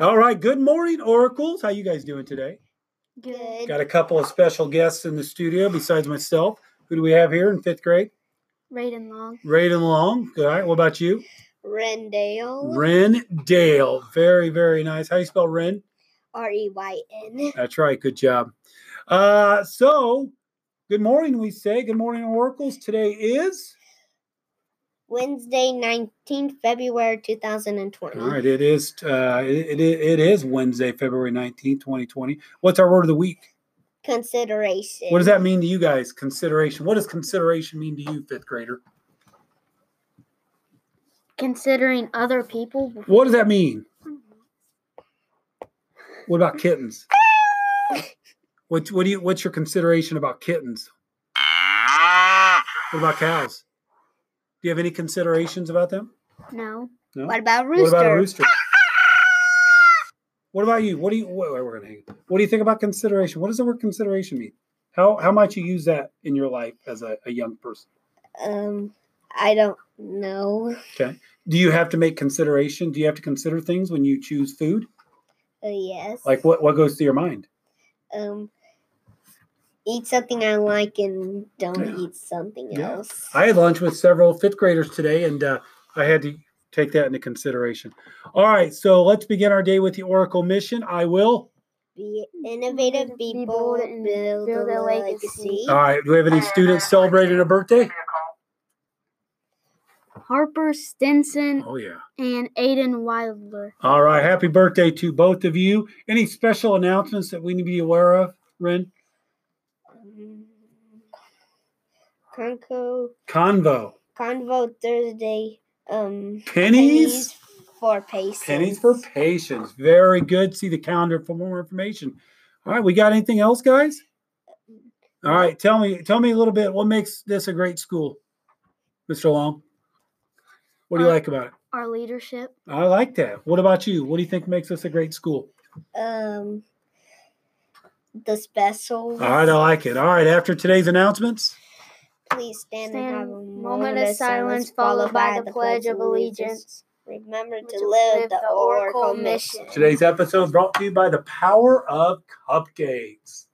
All right. Good morning, Oracles. How you guys doing today? Good. Got a couple of special guests in the studio besides myself. Who do we have here in fifth grade? Raiden Long. Raiden Long. All right. What about you? Rendale. Ren Dale. Very, very nice. How you spell Ren? R E Y N. That's right. Good job. Uh, so, good morning, we say. Good morning, Oracles. Today is. Wednesday, 19th February 2020. All right, it is. Uh, it, it, it is Wednesday, February nineteenth, twenty twenty. What's our word of the week? Consideration. What does that mean to you guys? Consideration. What does consideration mean to you, fifth grader? Considering other people. What does that mean? What about kittens? What what do you what's your consideration about kittens? What about cows? Do you have any considerations about them? No. No? What about What Rooster? about a rooster? What about you? What do you? Wait, wait, we're gonna hang. What do you think about consideration? What does the word consideration mean? How how might you use that in your life as a, a young person? Um, I don't know. Do you have to make consideration? Do you have to consider things when you choose food? Uh, yes. Like what what goes through your mind? Um, eat something I like and don't Yeah. eat something Yeah. else. I had lunch with several fifth graders today, and uh, I had to take that into consideration. All right, so let's begin our day with the Oracle mission. I will. Be innovative, be, bold, and build, a legacy. All right. Do we have any students celebrating a birthday? Harper Stinson Oh yeah. and Aiden Wilder. All right. Happy birthday to both of you. Any special announcements that we need to be aware of, Ren? Um, Conco Convo. Convo Thursday. Um, Pennies. for patience. Pennies for patience. Very good. See the calendar for more information. All right. We got anything else, guys? All right. Tell me, tell me a little bit. What makes this a great school, Mr. Long? What do you Uh, like about it? Our leadership, I like that. What about you? What do you think makes this a great school? Um, the special. All right, I like it. All right, after today's announcements, Please stand, and have a moment, of silence, followed by the Pledge of Allegiance. Remember Which to live the Oracle mission. today's episode brought to you by the power of cupcakes.